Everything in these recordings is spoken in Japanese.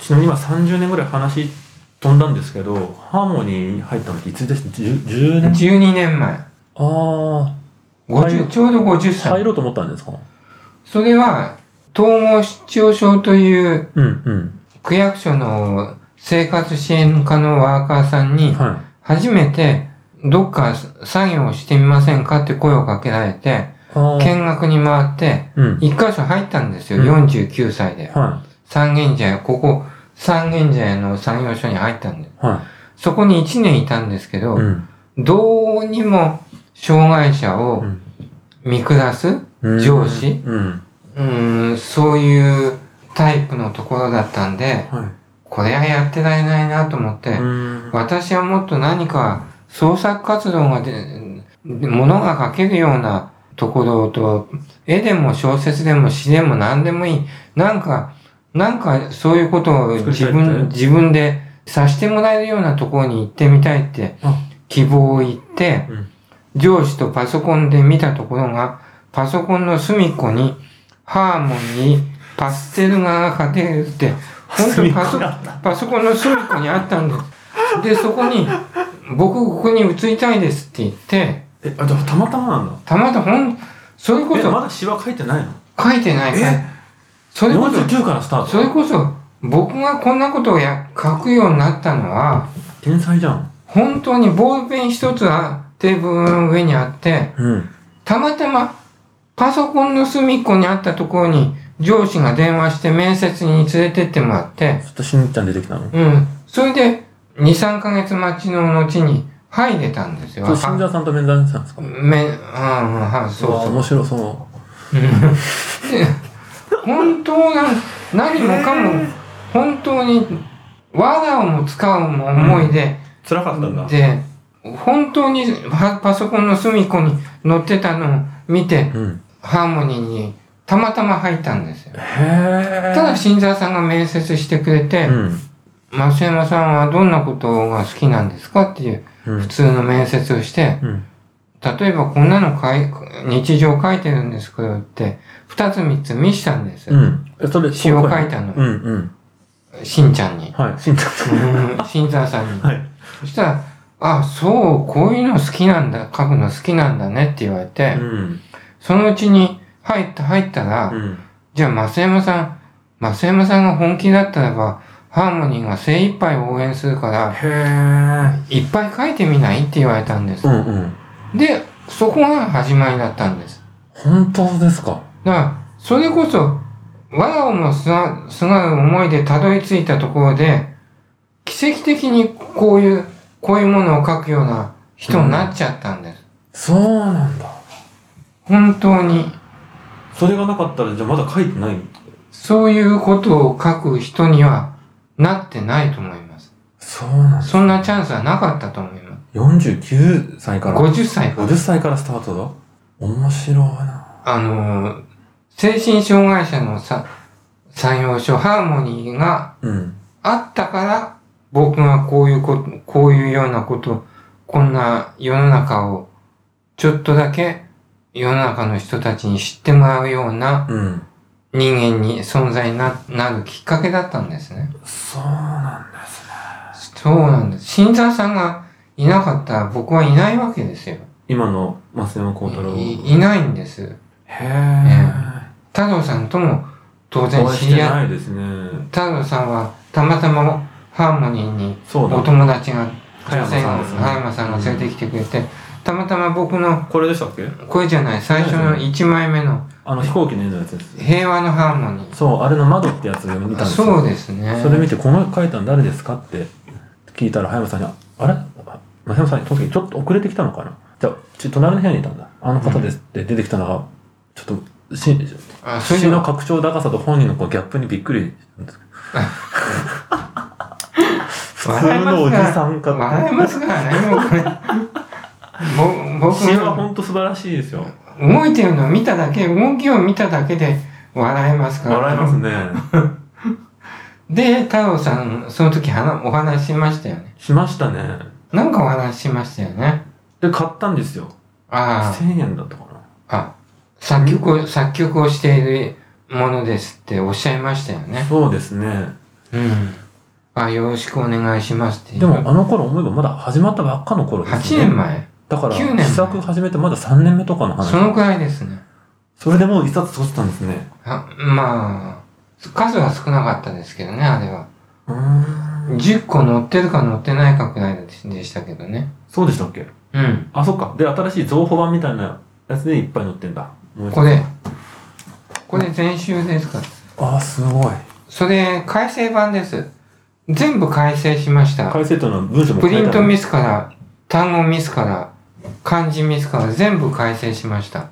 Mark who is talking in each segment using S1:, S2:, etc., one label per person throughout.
S1: ちなみに今30年ぐらい話飛んだんですけど、ハーモニーに入ったのっていつでした 10, 10年
S2: 12年前。
S1: あ
S2: 50ちょうど50
S1: あ、入
S2: 歳。
S1: ろうと思ったんですか
S2: それは、統合失調症という
S1: うん
S2: 区役所の生活支援課のワーカーさん
S1: うん。
S2: に、
S1: は
S2: 初めてどっか作業をしてみませんかって声をかけられて、
S1: い。あー
S2: 見学に回って、
S1: うん。
S2: 一箇所入ったんですよ、
S1: うん
S2: 49歳で。
S1: は
S2: 三軒茶屋、ここ三軒茶屋の産業所に入ったんで。
S1: い。は
S2: そこに1年いたんですけ
S1: い。
S2: ど、
S1: ん。
S2: どうにも障害者を見下す、
S1: うん
S2: 上司
S1: うん。
S2: うん、そういうタイプのところだったんで、
S1: は
S2: これはやってられないなと思って、
S1: い。うん。
S2: 私はもっと何か創作活動がで、物が書けるようなところと、絵でも小説でも詩でも何でもいい。なんか、なんかそういうことを
S1: 作り
S2: 自
S1: たい
S2: 分、
S1: み
S2: 自分でさしてもらえるようなところに行ってみたいって
S1: あ
S2: 希望を言って、
S1: うん
S2: 上司とパソコンで見たところが、パソコンの隅っこにハーモニー、パステル画が描けるって、本当にパソ
S1: 隅っこにあった
S2: パソコンの隅っこにあったんです。で、そこに、僕、ここに移りたいですって言って、
S1: え、あ、じゃあたまたまなんだ。
S2: たまたまほん、それこ
S1: え、ま
S2: そ、
S1: だ詩は書いてないの
S2: 書いてないから、
S1: え
S2: それこそ、
S1: 49からスタート
S2: それこそ、僕がこんなことをや書くようになったのは、
S1: 天才じゃん。
S2: 本当にボールペン一つあテーブルの上にあって、
S1: うん。
S2: たまたま、パソコンの隅っこにあったところに、上司が電話して面接に連れてってもらって、
S1: 私にっちゃん出てきたの
S2: うん。それで、2、3ヶ月待ちの後に入れたんですよ。
S1: それ新沢さんと面談したんですか
S2: め、うん、うんはい、そう
S1: わあ
S2: そう
S1: 面。白そう
S2: うんで本当な、何もかも、本当に、藁をも使うも思いで、
S1: 辛かったんだ
S2: で、本当にパパソコンの隅っこに載ってたのを見て、
S1: うん
S2: ハーモニーにたまたま入ったんですよ。
S1: へえ
S2: ただ、新沢さんが面接してくれて、
S1: うん
S2: 増山さんはどんなことが好きなんですかっていう
S1: うん
S2: 普通の面接をして、
S1: うん
S2: 例えばこんなの書い日常書いてるんですけどって、二つ三つ見したんです
S1: う
S2: よ。
S1: んえそれ
S2: 詩を書いたの
S1: うんうん
S2: しんちゃ んに。
S1: はい新沢さん
S2: うん新沢さんに。
S1: はい
S2: そしたら、あ、そう、こういうの好きなんだ、書くの好きなんだねって言われて、
S1: うん
S2: そのうちに入った、入ったら、
S1: うん
S2: じゃあ、増山さん、増山さんが本気だったらば、ハーモニーが精一杯応援するから、
S1: へえ
S2: いっぱい書いてみないって言われたんです
S1: う。んうん
S2: で、そこが始まりだったんです。
S1: 本当ですか
S2: だから、それこそ、我をもすがすがる思いでたどり着いたところで、奇跡的にこういう、こういうものを書くような人になっちゃったんです。
S1: そうなんだ
S2: 本当に、
S1: それがなかったらじゃあまだ書いてない
S2: そういうことを書く人にはなってないと思います。
S1: そうなんだ
S2: そんなチャンスはなかったと思います。
S1: 49歳から
S2: 50歳
S1: 50歳からスタートだ面白いな
S2: あのー、精神障害者のさ、産業所ハーモニーが
S1: うん
S2: あったから、僕がこういうこと、こういうようなこと、こんな世の中を、ちょっとだけ世の中の人たちに知ってもらうような
S1: うん
S2: 人間に存在にななるきっかけだったんですね。
S1: そうなんですね
S2: そうなんです。新沢さんがいなかったら僕はいないわけですよ。
S1: 今の増山幸太郎
S2: いいないんです。
S1: へ
S2: 太郎さんとも当
S1: え。
S2: 然
S1: お会い
S2: 知
S1: して
S2: り合い、
S1: ないですね。
S2: 太郎さんはたまたまハーモニーに
S1: そう
S2: お
S1: だ。
S2: 友達が
S1: 加山さんですね
S2: 加山さんが連れてきてくれて、たまたま僕の
S1: これでしたっけ
S2: 声じゃない最初の1枚目の
S1: あの飛行機の絵のやつです。
S2: 「平和のハーモニー
S1: そう、あれの窓ってやつを見」たんですよ。
S2: そうですね
S1: それ見て、この絵描いたの誰ですかって聞いたら、葉山さんに、あれ松山さんに、その時ちょっと遅れてきたのかなじゃあ、ち隣の部屋にいたんだ。あの方ですって出てきたのが、ちょっと、し、
S2: あそれ
S1: 詩
S2: で
S1: の拡張高さと本人のこうギャップにびっくりした んですけど。普
S2: 笑え
S1: 通
S2: ます
S1: のおじ
S2: から
S1: さんか
S2: 笑えますからねもうこれ ぼ僕
S1: 詩は
S2: が
S1: 本当素晴らしいですよ。
S2: 動いてるのを見ただけ動きを見ただけで笑えますから
S1: 笑えますね。
S2: で太郎さんその時はなお話ししましたよね
S1: しましたね。
S2: なんかお話ししましたよね
S1: で、買ったんですよ。
S2: あ
S1: 1000円だったかな。
S2: ああ作曲を作曲をしているものですっておっしゃいましたよね
S1: そうですね。
S2: うん。あ、よろしくお願いしますって。
S1: でも、あの頃思えばまだ始まったばっかの頃
S2: 8
S1: です、ね。
S2: 年前
S1: だから、
S2: 9年
S1: 試
S2: 前
S1: 作始めてまだ3年目とかの話。
S2: そのくらいですね。
S1: それでもう一冊閉じたんですね。
S2: あまあ、数は少なかったですけどね、あれは。
S1: うーん。
S2: 10個乗ってるか乗ってないかくらいでしたけどね。
S1: そうでしたっけ
S2: うん。
S1: あ、そっか。で、新しい増補版みたいなやつでいっぱい載ってんだ。もう一冊
S2: これ。これ全集ですから。
S1: あ、すごい。
S2: それ、改正版です。全部改正しました。
S1: 改正というのは文章も
S2: プ
S1: 変えた
S2: リン
S1: の
S2: トミスから、単語ミスから、漢字ミスから全部改正しました。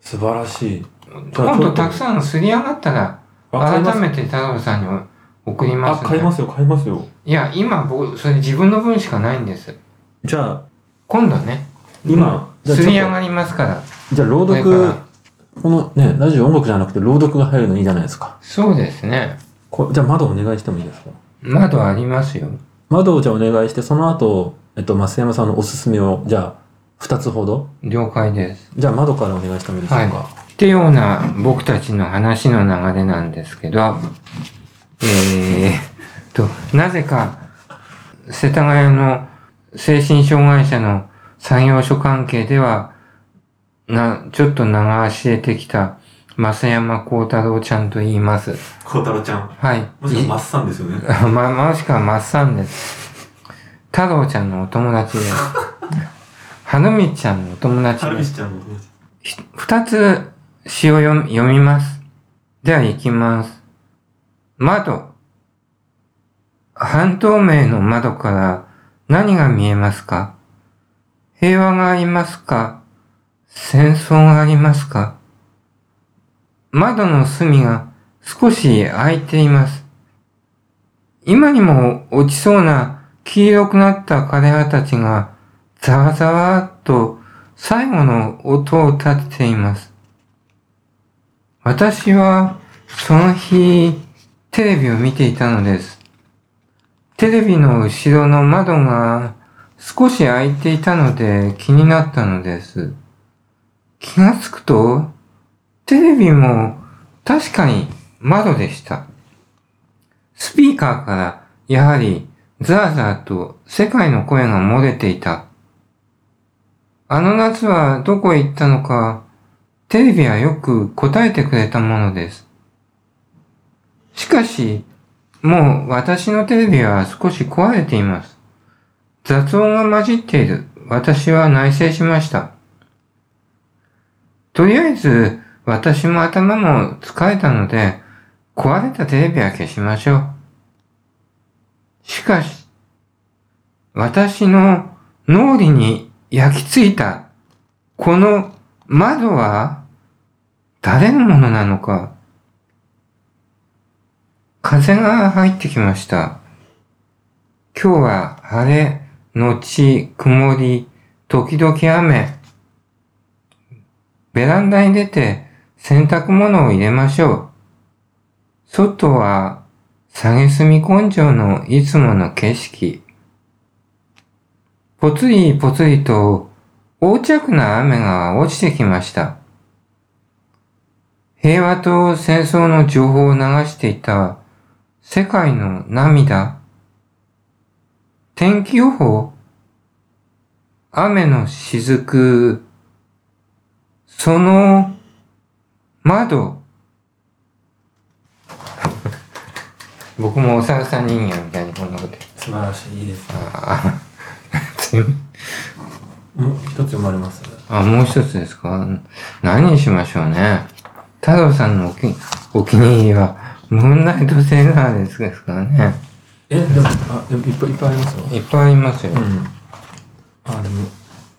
S1: 素晴らしい。
S2: 今度たくさんすり上がったら、
S1: あ買います
S2: 改めて太郎さんに送りま
S1: あ、
S2: す
S1: 買いますよ、買いますよ。
S2: いや、今僕、それ自分の分しかないんです。
S1: じゃあ、
S2: 今度ね、
S1: 今、じゃあ
S2: す
S1: ちょっと
S2: り上がりますから。
S1: じゃあ朗
S2: これか
S1: 読、
S2: ら
S1: このね、ラジオ音楽じゃなくて朗読が入るのいいじゃないですか。
S2: そうですね。
S1: こじゃあ窓お願いしてもいいですか
S2: 窓ありますよ。
S1: 窓をじゃあお願いして、その後、えっと、増山さんのおすすめを、じゃあ、二つほど。
S2: 了解です。
S1: じゃあ窓からお願いしてもいいでしょうか。
S2: はってような僕たちの話の流れなんですけど、えー、と、なぜか、世田谷の精神障害者の産業所関係では、な、ちょっと流し得てきた、増山幸太郎ちゃんと言います。
S1: 孝太郎ちゃん。
S2: はい。い
S1: っさんですよね。
S2: ま、もしくはマッサンです。太郎ちゃんのお友達です。花道ちゃんのお友達です。
S1: ちゃんの友達。
S2: ひ二つ詩を読み読みます。では行きます。窓。半透明の窓から何が見えますか平和がありますか戦争がありますか窓の隅が少し開いています。今にも落ちそうな黄色くなった枯葉たちがざわざわっと最後の音を立てています。私はその日テレビを見ていたのです。テレビの後ろの窓が少し開いていたので気になったのです。気がつくとテレビも確かに窓でした。スピーカーからやはりザーザーと世界の声が漏れていた。あの夏はどこへ行ったのか、テレビはよく答えてくれたものです。しかし、もう私のテレビは少し壊れています。雑音が混じっている。私は内省しました。とりあえず、私も頭も疲れたので、壊れたテレビは消しましょう。しかし、私の脳裏に焼き付いた、この窓は誰のものなのか。風が入ってきました。今日は晴れ、後曇り、時々雨。ベランダに出て洗濯物を入れましょう。外は、下げすみ根性のいつもの景色。ぽつりぽつりと横着な雨が落ちてきました。平和と戦争の情報を流していた世界の涙。天気予報雨の雫。その窓。僕もお猿さん人間みたいにこんなこと言って
S1: 素晴らしい、いいです。
S2: あーすいません
S1: もう一つ読まれます。
S2: あ、もう一つですか何にしましょうね。太郎さんのおきお気に入りは、ムーンナイトセーラーですからね。
S1: え、でも、あ、でもいっぱいいっぱいありますよ。
S2: いっぱいありますよ
S1: う。ん。あ、でも、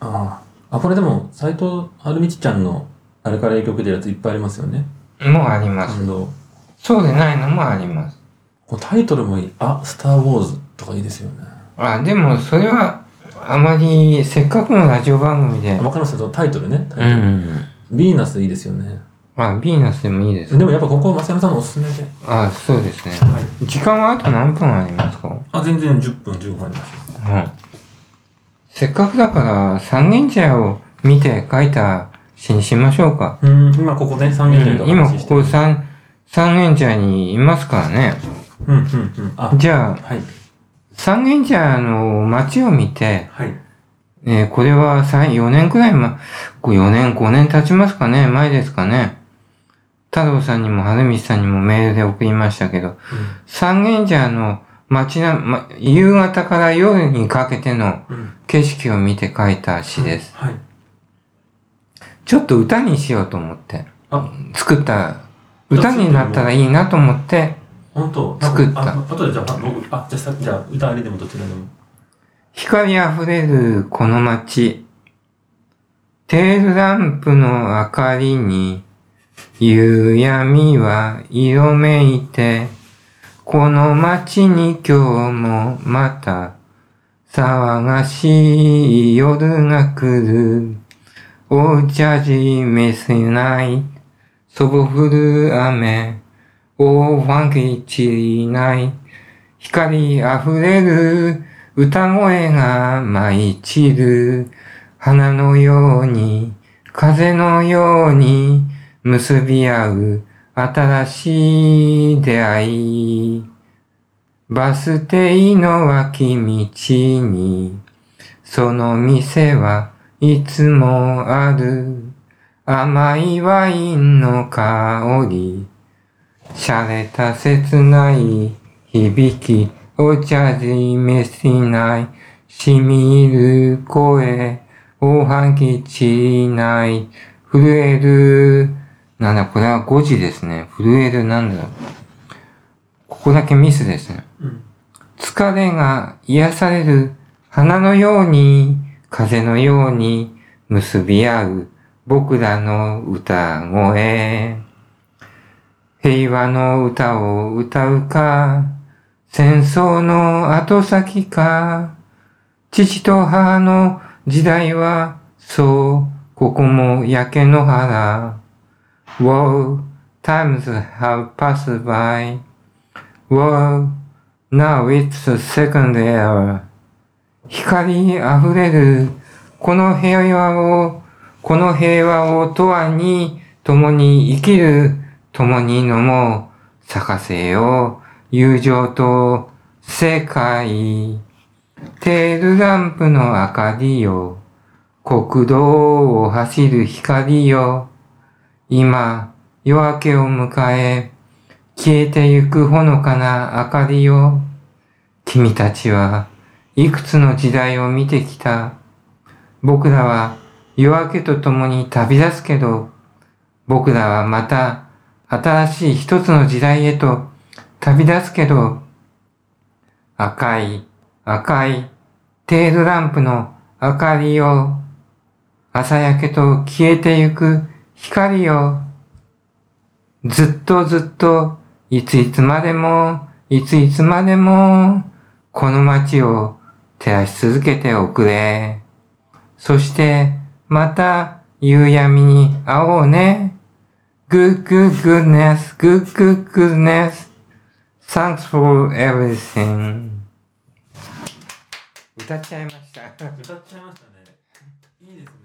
S1: ああ。あ、これでも、斎藤春道ちゃんの、あれから影響受けてるやついっぱいありますよね。
S2: もうありま
S1: あ
S2: す。
S1: の、
S2: そうでないのもあります。
S1: こうタイトルもいい。あ、スター・ウォーズとかいいですよね。
S2: あ、でもそれは、あまり、せっかくのラジオ番組で
S1: あ、わかりました。そのタイトルね。タイ
S2: う
S1: トル。
S2: ん。
S1: ヴィーナスいいですよね。
S2: あ、ヴィーナスでもいいです。
S1: でもやっぱここ、松山さんのおすすめで。
S2: あ、そうですね。
S1: はい。
S2: 時間はあと何分ありますか
S1: あ、全然10分、15分ありますよ。
S2: うんせっかくだから、三軒茶屋を見て書いた詩にしましょうか。
S1: うん、今ここで3人で
S2: 今ここ三、三軒茶屋にいますからね。
S1: うんうんうん。あ、
S2: じゃあ、
S1: はい。
S2: 三軒茶屋の街を見て、
S1: はい。
S2: えーこれは4年くらいま、4年、5年経ちますかね前ですかね太郎さんにも春道さんにもメールで送りましたけど、三軒茶屋の街な、ま、夕方から夜にかけての
S1: うん。うん。
S2: 景色を見て書いた詩です。
S1: はい。
S2: ちょっと歌にしようと思って、
S1: あ、
S2: 作った、歌になったらいいなと思って、
S1: 本当
S2: 作った
S1: あ、後でじゃあ、僕、あ、じゃあさ、じゃあ、歌あれでもどちらでも。
S2: 光あふれるこの街。テールランプの明かりに、夕闇は色めいて、この街に今日もまた、騒がしい夜が来る。お茶じめせない、そぼ降る雨、おわぎ散りない。光あふれる歌声が舞い散る花のように風のように結び合う新しい出会いバス停の脇道にその店はいつもある甘いワインの香り洒落た切ない響き、お茶じめしない、しみる声、おはぎ散りない、震える、なんだ、これは5時ですね。震える、なんだろう。ここだけミスですね。
S1: うん。
S2: 疲れが癒される花のように風のように結び合う僕らの歌声平和の歌を歌うか戦争の後先か父と母の時代はそうここも焼け野原 Wow, times have passed by Wow, Now it's the second era. 光あふれる、この平和を、この平和を永遠に、共に生きる、共に飲もう、咲かせよう、友情と世界。テールランプの明かりよ、国道を走る光よ、今、夜明けを迎え、消えてゆくほのかな明かりよ。君たちはいくつの時代を見てきた。僕らは夜明けとともに旅立つけど、僕らはまた新しい一つの時代へと旅立つけど、赤い赤いテールランプの明かりよ。朝焼けと消えてゆく光よ。ずっとずっと、いついつまでも、いついつまでも、この街を照らし続けておくれ。そして、また、夕闇に会おうね。Good, good, goodness, good, good, goodness. Thanks for everything. 歌っちゃいました。
S1: 歌っちゃいましたね。いいですね。